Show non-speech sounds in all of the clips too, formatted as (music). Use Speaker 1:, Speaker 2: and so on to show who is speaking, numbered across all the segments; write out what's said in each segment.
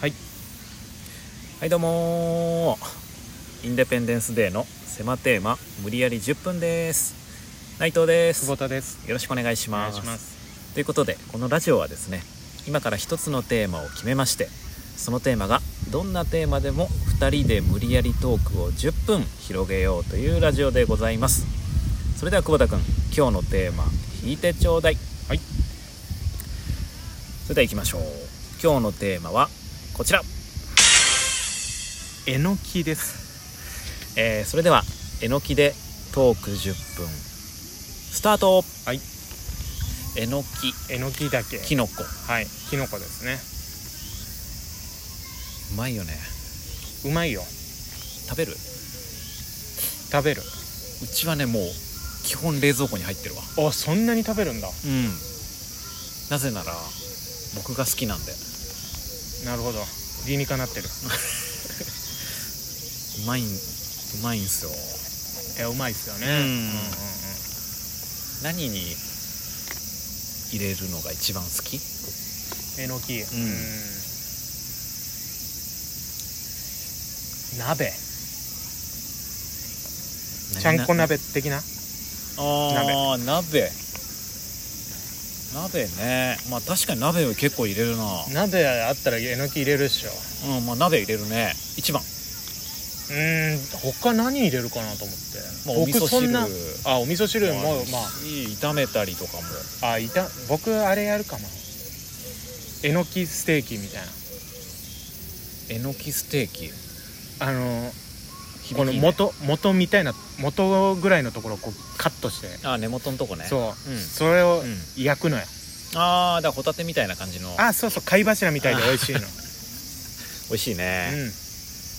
Speaker 1: はいはいどうもーインデペンデンスデーの狭テーマ無理やり10分です内藤です
Speaker 2: 久保
Speaker 1: よ
Speaker 2: 田です。
Speaker 1: ろしくお願いし
Speaker 2: お願
Speaker 1: ま
Speaker 2: い
Speaker 1: す
Speaker 2: します。
Speaker 1: ということでこのラジオはですね今から一つのテーマを決めましてそのテーマがどんなテーマでも2人で無理やりトークを10分広げようというラジオでございますそれでは久保田君今日のテーマ引いてちょうだい
Speaker 2: はい
Speaker 1: それでは行きましょう今日のテーマはこちら
Speaker 2: えのきです。
Speaker 1: えーそれではえのきでトーク10分スタート
Speaker 2: はい。
Speaker 1: えのき
Speaker 2: えのきだけ。
Speaker 1: きのこ
Speaker 2: はい。きのこですね。
Speaker 1: うまいよね
Speaker 2: うまいよ。
Speaker 1: 食べる
Speaker 2: 食べる。
Speaker 1: うちはねもう基本冷蔵庫に入ってるわ
Speaker 2: あ、そんなに食べるんだ。
Speaker 1: うんなぜなら僕が好きなんでう
Speaker 2: なるほど。理にかな (laughs) ってる。
Speaker 1: まいんうまいんすよ
Speaker 2: いや、うまいっすよね。
Speaker 1: うん
Speaker 2: うんうん
Speaker 1: 何に入れるのが一番好き
Speaker 2: うん。えのき。う
Speaker 1: ん
Speaker 2: ん鍋。ちゃんこ鍋的な。
Speaker 1: ああ鍋鍋ねまあ確かに鍋を結構入れるな
Speaker 2: 鍋あったらえのき入れるっしょ。
Speaker 1: うんまあ鍋入れるね一番
Speaker 2: うーん。他何入れるかなと思って。
Speaker 1: まあお味噌
Speaker 2: 僕そん
Speaker 1: 汁
Speaker 2: な。あ、お味噌汁も、まあ。
Speaker 1: いい炒めたりとかも
Speaker 2: あいた僕あれやるかなえのきステーキみたい
Speaker 1: えのきステーキ
Speaker 2: なあのこ
Speaker 1: 響
Speaker 2: の
Speaker 1: きいいね
Speaker 2: 元元みたいな元ぐらいのところをこうカットして、
Speaker 1: あ根元のとこね
Speaker 2: そう、
Speaker 1: うん
Speaker 2: それを
Speaker 1: うん
Speaker 2: 焼くのよ、
Speaker 1: ああだからホタテみたいな感じの
Speaker 2: あそうそう貝柱みたいで美味しい
Speaker 1: (laughs)
Speaker 2: の、うん、
Speaker 1: 美味しいね、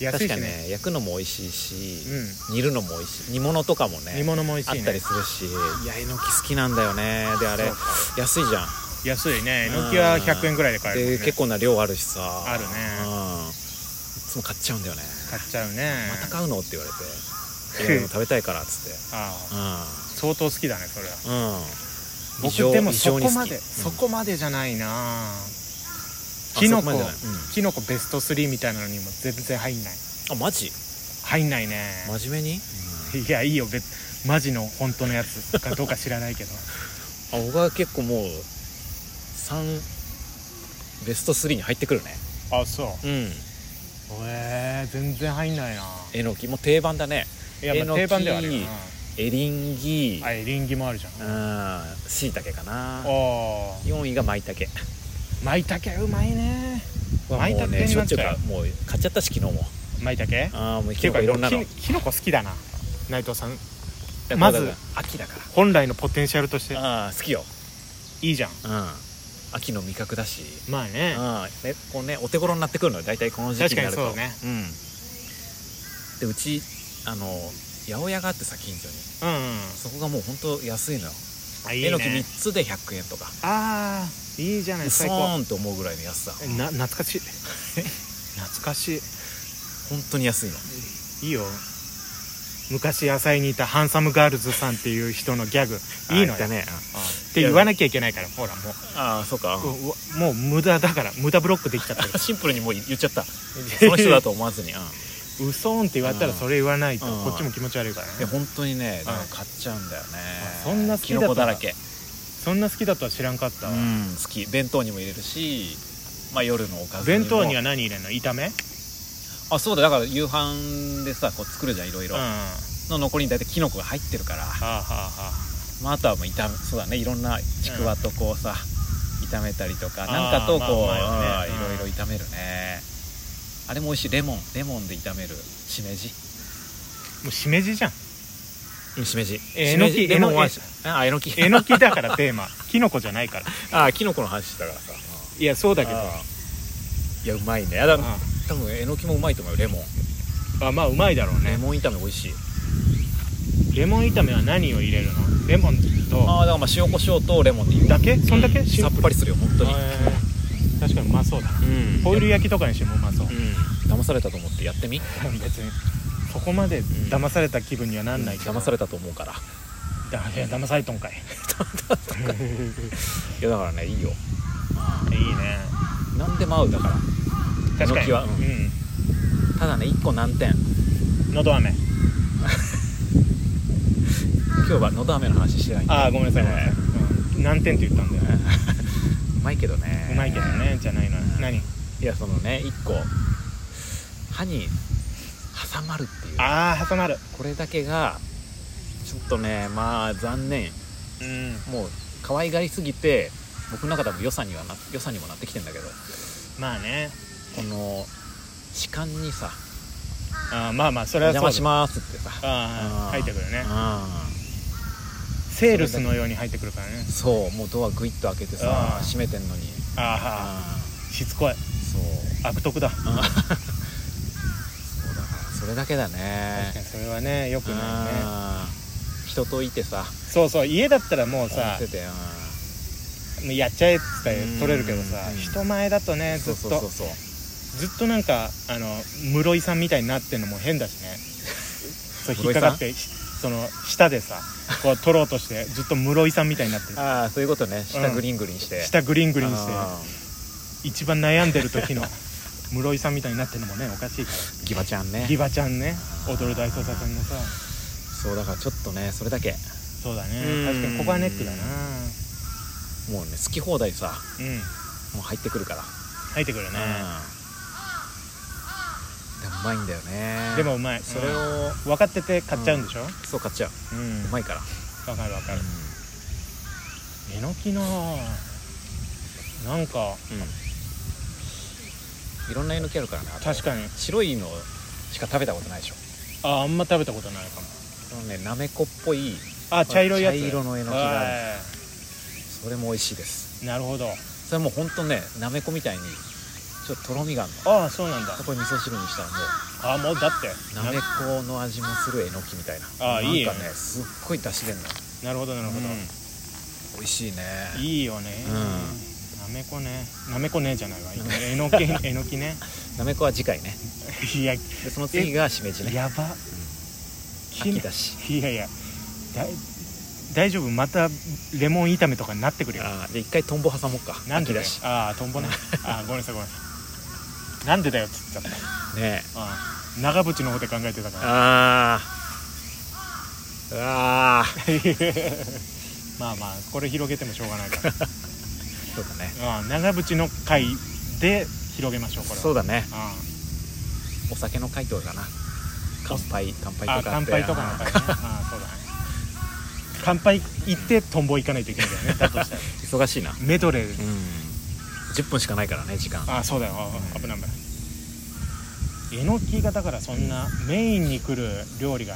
Speaker 2: 安
Speaker 1: 確
Speaker 2: い
Speaker 1: か
Speaker 2: し
Speaker 1: に
Speaker 2: ね
Speaker 1: ね焼くのも美味しいし、煮るのも美味しい煮物とかも
Speaker 2: う
Speaker 1: ね
Speaker 2: ん煮物も美味
Speaker 1: あっ
Speaker 2: しい
Speaker 1: た
Speaker 2: ね
Speaker 1: りするしいやえのき好きなんだよねであれ
Speaker 2: そう
Speaker 1: 安いじゃん、
Speaker 2: 安いねえのきは
Speaker 1: うん
Speaker 2: 100円ぐらいで買えるもん
Speaker 1: で
Speaker 2: ね、
Speaker 1: 結構な量あるしさ
Speaker 2: あるね
Speaker 1: うんいつも買っちゃうんだよね、
Speaker 2: 買っちゃうね
Speaker 1: また買うのって言われて「いやでも食べたいから」っつって
Speaker 2: (laughs) あ
Speaker 1: う
Speaker 2: あ
Speaker 1: ん
Speaker 2: 相当好きだねそれは
Speaker 1: うん異常
Speaker 2: 僕でも
Speaker 1: 異
Speaker 2: そ
Speaker 1: 常に
Speaker 2: こ
Speaker 1: 好き
Speaker 2: まで、
Speaker 1: うん
Speaker 2: そこまでじゃないな
Speaker 1: あ
Speaker 2: キノ
Speaker 1: そ
Speaker 2: コ
Speaker 1: こまでじゃないうん
Speaker 2: キノコベスト3みたいなのにも全然入んない
Speaker 1: あマジ
Speaker 2: 入んないね
Speaker 1: 真面目に、
Speaker 2: いやいいよ別マジの本当のやつかどうか知らないけ
Speaker 1: (laughs)
Speaker 2: ど
Speaker 1: あ僕は結構もう3ベスト3に入ってくるね
Speaker 2: あそう
Speaker 1: うん
Speaker 2: えー、全然入んないな
Speaker 1: えのきもう定番だね
Speaker 2: いや
Speaker 1: え
Speaker 2: ま
Speaker 1: の
Speaker 2: あ定
Speaker 1: き
Speaker 2: 番ではあるよ
Speaker 1: エリンギ
Speaker 2: なあエリンギもあるじゃん、あ
Speaker 1: うんしいたけかな
Speaker 2: あ
Speaker 1: 4位がまいたけ
Speaker 2: まいたけうまいね舞茸になっちゃう
Speaker 1: しょっちゅうかもう買っちゃったし昨日も
Speaker 2: まいたけ
Speaker 1: ああもう
Speaker 2: て
Speaker 1: 結
Speaker 2: いう
Speaker 1: 構
Speaker 2: か
Speaker 1: いろんなの
Speaker 2: ききのこ好きだな内藤さん
Speaker 1: ま
Speaker 2: ま
Speaker 1: ず
Speaker 2: ず
Speaker 1: 秋だか
Speaker 2: 本来のポテンシャルとして
Speaker 1: らああ好きよ
Speaker 2: いいじゃん
Speaker 1: うん秋の味覚だし
Speaker 2: まあ
Speaker 1: う
Speaker 2: ね
Speaker 1: んねこうねお手頃になってくるのよ大体この時期になると
Speaker 2: 確かに
Speaker 1: うんでうちあの八百屋があってさ近所に
Speaker 2: うん、うん、
Speaker 1: そこがもうほんと安いのよ
Speaker 2: あいい
Speaker 1: え
Speaker 2: ね
Speaker 1: のき3つで100円とか
Speaker 2: ああいいじゃな
Speaker 1: う
Speaker 2: い
Speaker 1: そ
Speaker 2: 最高
Speaker 1: ーんと思うぐらいの安さ
Speaker 2: えな懐かしい懐かしい
Speaker 1: 本当に安いの
Speaker 2: いいよ昔野菜にいたハンサムガールズさんっていう人のギャグいいの
Speaker 1: あ
Speaker 2: よ、
Speaker 1: 言ったね
Speaker 2: って言わなきゃいけないからほらも
Speaker 1: ああそうか
Speaker 2: う,、うわもう無駄だから無駄ブロックできちゃってる
Speaker 1: シンプルにもう言っちゃった (laughs) その人だと思わずにうん
Speaker 2: うそんって言われたらそれ言わないと
Speaker 1: うん
Speaker 2: こっちも気持ち悪いから
Speaker 1: いや
Speaker 2: ね
Speaker 1: 本当にね、でも
Speaker 2: うん
Speaker 1: 買っちゃうんだよね
Speaker 2: あそんな好きだった
Speaker 1: キノコだらけ
Speaker 2: そんな好きだとは知らんかった
Speaker 1: う
Speaker 2: わ、
Speaker 1: ん好き弁当にも入れるしまあ夜のおかずも
Speaker 2: 弁当には何入れんの炒め
Speaker 1: あそうだだから夕飯でさこう作るじゃんいろい
Speaker 2: うん
Speaker 1: ろ、
Speaker 2: は
Speaker 1: の残りに大体キノコが入ってるから、
Speaker 2: あはあは
Speaker 1: まあ、あとはもう炒めそうだねいろんなちくわとこうさ、炒めたりとか
Speaker 2: あー
Speaker 1: なんかとこう、
Speaker 2: まあまあね
Speaker 1: うん
Speaker 2: うん
Speaker 1: いろいろ炒めるねあれも美味しいレモンレモンで炒めるしめじ
Speaker 2: もうしめじじゃん
Speaker 1: うんしめじ
Speaker 2: え
Speaker 1: しめじ
Speaker 2: えのき
Speaker 1: レモンは
Speaker 2: え
Speaker 1: あえのき
Speaker 2: えのきだからテーマ (laughs) キノコじゃないから
Speaker 1: (laughs) あキノコの話だからさ
Speaker 2: いやそうだけど
Speaker 1: あーいやうまいねだ
Speaker 2: うん
Speaker 1: 多分えのきもうまいと思うよレモン
Speaker 2: あまあうまいだろう
Speaker 1: レ
Speaker 2: ね
Speaker 1: モン炒め美味しい
Speaker 2: レモン炒めは何を入れるのレモンと
Speaker 1: ああだからまあ塩コショウとレモンでいい
Speaker 2: だけそんだけ、
Speaker 1: う
Speaker 2: シン
Speaker 1: さっぱりするよ本当に
Speaker 2: へー確かにうまそうだ
Speaker 1: うん
Speaker 2: ホイル焼きとかにしてもうまそう
Speaker 1: うん騙されたと思ってやってみ
Speaker 2: 別にそこまで騙された気分にはなんないけど
Speaker 1: 騙されたと思うから
Speaker 2: だいや騙されとんかい
Speaker 1: いやだからねいいよ
Speaker 2: いいね
Speaker 1: 何でも合うだから
Speaker 2: 確か
Speaker 1: えの
Speaker 2: に
Speaker 1: きはうん
Speaker 2: う
Speaker 1: ただね1個難点
Speaker 2: んのど飴
Speaker 1: 今日はのど飴の話してないんで
Speaker 2: ああごめんなさいごめんなさい、うん、何点って言ったんだよね
Speaker 1: うまいけどね
Speaker 2: うまいけどねじゃないのよ何
Speaker 1: いやそのね1個歯に挟まるっていう
Speaker 2: ああ挟まる
Speaker 1: これだけがちょっとねまあ残念
Speaker 2: うん
Speaker 1: もう可愛がりすぎて僕の中でも良さにはな良さにもなってきてんだけど
Speaker 2: まあね
Speaker 1: この歯間にさ
Speaker 2: あーまあまあ
Speaker 1: 「お
Speaker 2: それはそうだ
Speaker 1: 邪魔します」ってさ
Speaker 2: ああ入ってくるね
Speaker 1: う
Speaker 2: セールスのように入ってくるからね
Speaker 1: んそうもうドアグイッと開けて
Speaker 2: あ
Speaker 1: さ
Speaker 2: ー
Speaker 1: 閉めてんのに
Speaker 2: ああしつこい
Speaker 1: うんそう
Speaker 2: 悪徳だ
Speaker 1: うんそうだからそれだけだね
Speaker 2: 確かにそれはねよくないね
Speaker 1: うん人といてさ
Speaker 2: そうそう家だったらもう
Speaker 1: や
Speaker 2: さ
Speaker 1: っててうん
Speaker 2: もうやっちゃえっつったら取れるけどさ
Speaker 1: うん
Speaker 2: 人前だとねずっ
Speaker 1: そう
Speaker 2: と
Speaker 1: そうそうそう
Speaker 2: ずっとなんかあの室井さんみたいになってんのも変だしねそう引っかかってしその舌でさこう取ろうとしてずっと室井さんみたいになってる
Speaker 1: ああそういうことね下グリングリンして、
Speaker 2: 舌グリングリンして
Speaker 1: あ
Speaker 2: 一番悩んでる時の室井さんみたいになってるのもねおかしいか
Speaker 1: ーギバちゃん
Speaker 2: ら
Speaker 1: ね
Speaker 2: ギバちゃんね踊る大捜査線のさ
Speaker 1: そうだからちょっとねそれだけ
Speaker 2: そうだ
Speaker 1: うん
Speaker 2: ね確かにここはネックだな
Speaker 1: もうね好き放題さ
Speaker 2: うん
Speaker 1: もう入ってくるから、
Speaker 2: 入ってくるね
Speaker 1: うんでもうまいんだよね
Speaker 2: でもうまい
Speaker 1: それを
Speaker 2: 分かってて買っちゃうんでしょ
Speaker 1: そう買っちゃう
Speaker 2: うん
Speaker 1: うまいから、
Speaker 2: わかるわかるえのきなあなんか
Speaker 1: いろんなえのきあるからねあと
Speaker 2: 確かに
Speaker 1: 白いのしか食べたことないでしょ
Speaker 2: ああんま食べたことないかも
Speaker 1: このねなめこっぽい
Speaker 2: あ茶色いやつ
Speaker 1: 茶色のえのきがある
Speaker 2: は
Speaker 1: それも美味しいです
Speaker 2: いなるほど
Speaker 1: それもうほんとねなめこみたいにちょっととろみがあるの
Speaker 2: ああそうなんだ
Speaker 1: これ味噌汁にしたらも
Speaker 2: ああもうだって
Speaker 1: うなめこの味もするえのきみたいな
Speaker 2: あーいい
Speaker 1: な
Speaker 2: よ
Speaker 1: んかねすっごい出汁出んの
Speaker 2: なるほどなるほど、
Speaker 1: うん美味しいね
Speaker 2: いいよね、
Speaker 1: うん
Speaker 2: なめこねなめこねじゃないわえのき (laughs) えのきね
Speaker 1: なめこは次回ね
Speaker 2: いや
Speaker 1: でその次がしめじね
Speaker 2: やば、き
Speaker 1: 秋だし
Speaker 2: いやいやだ大丈夫またレモン炒めとかになってくるよ
Speaker 1: あーで一回トンボ挟もうか
Speaker 2: なんで
Speaker 1: 秋
Speaker 2: だ
Speaker 1: だ
Speaker 2: よ
Speaker 1: し
Speaker 2: ああトンボねああごめんなさいごめんなさいなんでだよっつっちゃった
Speaker 1: ねえ
Speaker 2: ああ長渕の方で考えてたから
Speaker 1: あーうわー
Speaker 2: (laughs) まあまあこれ広げてもしょうがないから
Speaker 1: そうだね
Speaker 2: ああ長渕の回で広げましょうこれは
Speaker 1: そうだね
Speaker 2: あ
Speaker 1: お酒の回答かな乾杯乾杯と
Speaker 2: あああ
Speaker 1: かあって
Speaker 2: 乾杯とか
Speaker 1: (laughs)
Speaker 2: の回ねああそうだね乾杯行ってトンボ行かないといけないんだよ
Speaker 1: (laughs)
Speaker 2: ねだとしたら
Speaker 1: 忙しいなうん
Speaker 2: メドレー
Speaker 1: 10分しかないからね時間
Speaker 2: ああそうだよああ危ない危ないえのきがだからそんなメインに来る料理が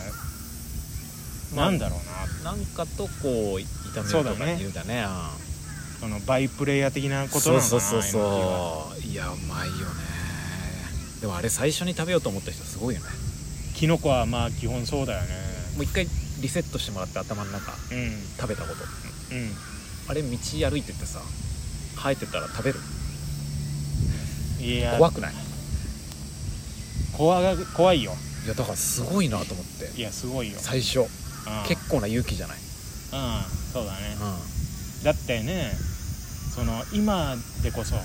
Speaker 1: まあ
Speaker 2: なんだろうな
Speaker 1: なんかとこう炒
Speaker 2: そう
Speaker 1: める
Speaker 2: だ
Speaker 1: とか
Speaker 2: ね
Speaker 1: 言うだねうん
Speaker 2: そのバイプレイヤー的なことな
Speaker 1: そ
Speaker 2: の
Speaker 1: う
Speaker 2: かな
Speaker 1: そうそう
Speaker 2: えのきは
Speaker 1: そういやうまいよねでもあれ最初に食べようと思った人すごいよね
Speaker 2: キノコはまあ基本そうだよね
Speaker 1: もう一回リセットしてもらって頭の中
Speaker 2: う
Speaker 1: 食べたこと
Speaker 2: んうん
Speaker 1: あれ道歩いててさ生えてたら食べる
Speaker 2: いや
Speaker 1: 怖くない
Speaker 2: 怖が怖いよ
Speaker 1: いやだからすごいなと思って
Speaker 2: いやすごいよ、
Speaker 1: 最初
Speaker 2: うん、
Speaker 1: 結構な勇気じゃない、
Speaker 2: うんそうだね
Speaker 1: う
Speaker 2: だってねその今でこそ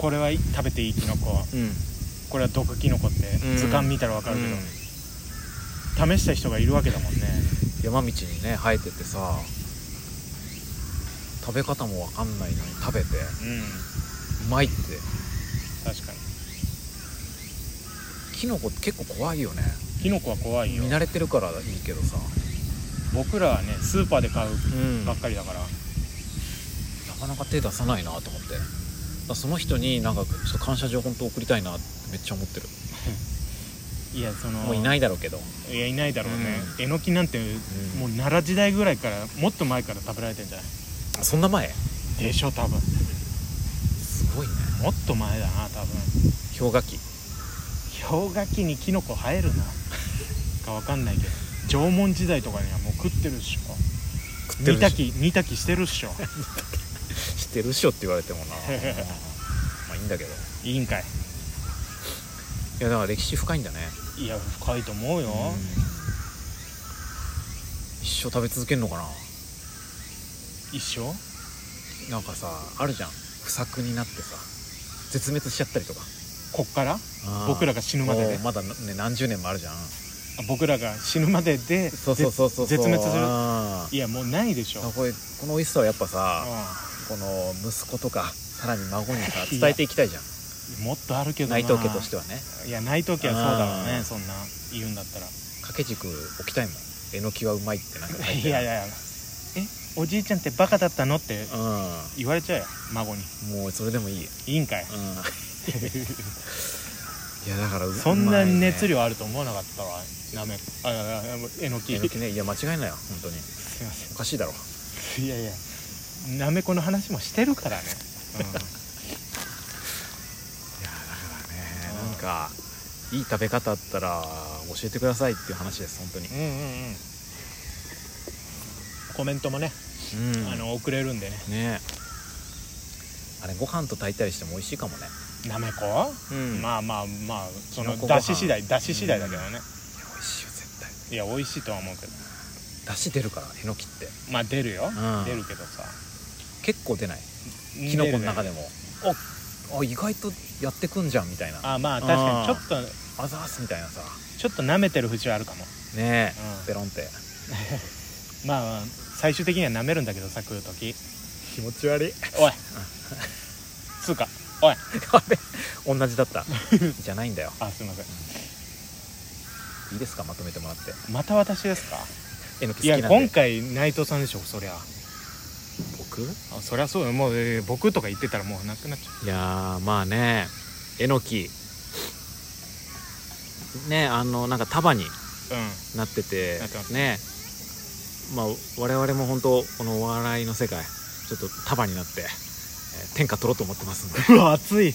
Speaker 2: これは食べていいキノコ
Speaker 1: んうん、
Speaker 2: これは毒キノコって
Speaker 1: うん
Speaker 2: 図鑑見たらわかるけど、試した人がいるわけだもんね
Speaker 1: 山道にね生えててさ食べ方もわかんないのに食べて
Speaker 2: うん
Speaker 1: うまいって
Speaker 2: 確かに
Speaker 1: キノコって結構怖いよね
Speaker 2: キノコは怖いよ
Speaker 1: 見慣れてるからいいけどさ、
Speaker 2: 僕らはねスーパーで買う
Speaker 1: うん
Speaker 2: ば
Speaker 1: な
Speaker 2: っかりだから、
Speaker 1: かなか手出さないなと思ってだからその人になんかちょっと感謝状本当送りたいなってめっちゃ思ってる
Speaker 2: いやその
Speaker 1: もういないだろうけど
Speaker 2: いやいないだろうね、えのきなんて、
Speaker 1: ん
Speaker 2: もう奈良時代ぐらいからもっと前から食べられてんじゃない
Speaker 1: そんな前
Speaker 2: でしょ多分
Speaker 1: すごいね
Speaker 2: もっと前だな多分
Speaker 1: 氷河期
Speaker 2: 氷河期にキノコ生えるなかわかんないけど縄文時代とかにはもう食ってるっしょ
Speaker 1: 食ってる
Speaker 2: 煮
Speaker 1: で
Speaker 2: た
Speaker 1: し
Speaker 2: き煮たきしてるっしょ
Speaker 1: ょしてるっしょって言われても
Speaker 2: (laughs)
Speaker 1: なまあいいんだけど
Speaker 2: いいんかい
Speaker 1: いやだから歴史深いんだね
Speaker 2: いや深いと思うよ、
Speaker 1: 一生食べ続けるのかな
Speaker 2: 一生
Speaker 1: なんかさあるじゃん不作になってさ絶滅しちゃったりとか
Speaker 2: こっから
Speaker 1: あー
Speaker 2: 僕らが死ぬまでで
Speaker 1: おーまだね何十年もあるじゃん
Speaker 2: 僕らが死ぬまでで
Speaker 1: そうそうそうそう
Speaker 2: 絶絶滅する
Speaker 1: あー
Speaker 2: いやもうないでしょ
Speaker 1: あこれこの美味しさはやっぱさ
Speaker 2: う
Speaker 1: この息子とかさらに孫にさ伝 (laughs) えていきたいじゃん
Speaker 2: んもっとあるけどな
Speaker 1: 内藤家としてはね
Speaker 2: いや内藤家はそうだろう
Speaker 1: う
Speaker 2: ね
Speaker 1: ん
Speaker 2: そんな言うんだったら
Speaker 1: 掛け軸置きたいもんえのきはうまいってなんか書い
Speaker 2: い
Speaker 1: てあ
Speaker 2: や
Speaker 1: る
Speaker 2: いやいやえおじいちゃんってバカだったのって
Speaker 1: う
Speaker 2: 言われちゃうよ孫に
Speaker 1: んもうそれでもいい
Speaker 2: いいんかい
Speaker 1: うん (laughs) いやだからう
Speaker 2: そんな
Speaker 1: うまいね
Speaker 2: 熱量あると思わなかったわなめあああえのき
Speaker 1: えのきねいや間違いないよ本当に
Speaker 2: すいませ
Speaker 1: おかしいだろ
Speaker 2: んいやいやなめこの話もしてるからね、
Speaker 1: いやだからね
Speaker 2: うん
Speaker 1: なんかいい食べ方あったら教えてくださいっていう話です本当に
Speaker 2: うん、うんうんうんコメントもね、
Speaker 1: うん
Speaker 2: あの送れるんでね
Speaker 1: ねあれご飯と炊いたりしても美味しいかもね
Speaker 2: なめこ、
Speaker 1: うん
Speaker 2: まあまあまあその
Speaker 1: きのこご飯
Speaker 2: 出汁次第出汁次第だけどね、
Speaker 1: 美味しいよ絶対
Speaker 2: いや美味しいとは思うけど
Speaker 1: 出汁出るからえのきって
Speaker 2: まあ出るよ、
Speaker 1: うん
Speaker 2: 出るけどさ
Speaker 1: 結構出ないきのこの中
Speaker 2: で
Speaker 1: でもおあ意外とやってくんじゃんみたいな
Speaker 2: あまあ確かにちょっと
Speaker 1: あざーすみたいなさ
Speaker 2: ちょっと舐めてる節はあるかも、う
Speaker 1: ね
Speaker 2: ん
Speaker 1: えペロンって
Speaker 2: まあ最終的には舐めるんだけどさ食う時
Speaker 1: 気持ち悪い
Speaker 2: おいつうかおい
Speaker 1: (laughs) あれ同じだったじゃないんだよ
Speaker 2: あすいません
Speaker 1: いいですかまとめてもらって
Speaker 2: また私ですか
Speaker 1: えのき
Speaker 2: い
Speaker 1: 好き
Speaker 2: や
Speaker 1: なん
Speaker 2: 今
Speaker 1: で
Speaker 2: 回内藤さんでしょそりゃ
Speaker 1: 僕い
Speaker 2: あそりゃそうよもう、えー僕とか言ってたらもうなくなっちゃ
Speaker 1: やーまあねえのきねあのなんか束に
Speaker 2: ううん
Speaker 1: なってて
Speaker 2: なってます
Speaker 1: ねまあ我々も本当このお
Speaker 2: (laughs)
Speaker 1: 笑いの世界ちょっと束になって、えー天下取ろうと思ってますんで
Speaker 2: うわ熱い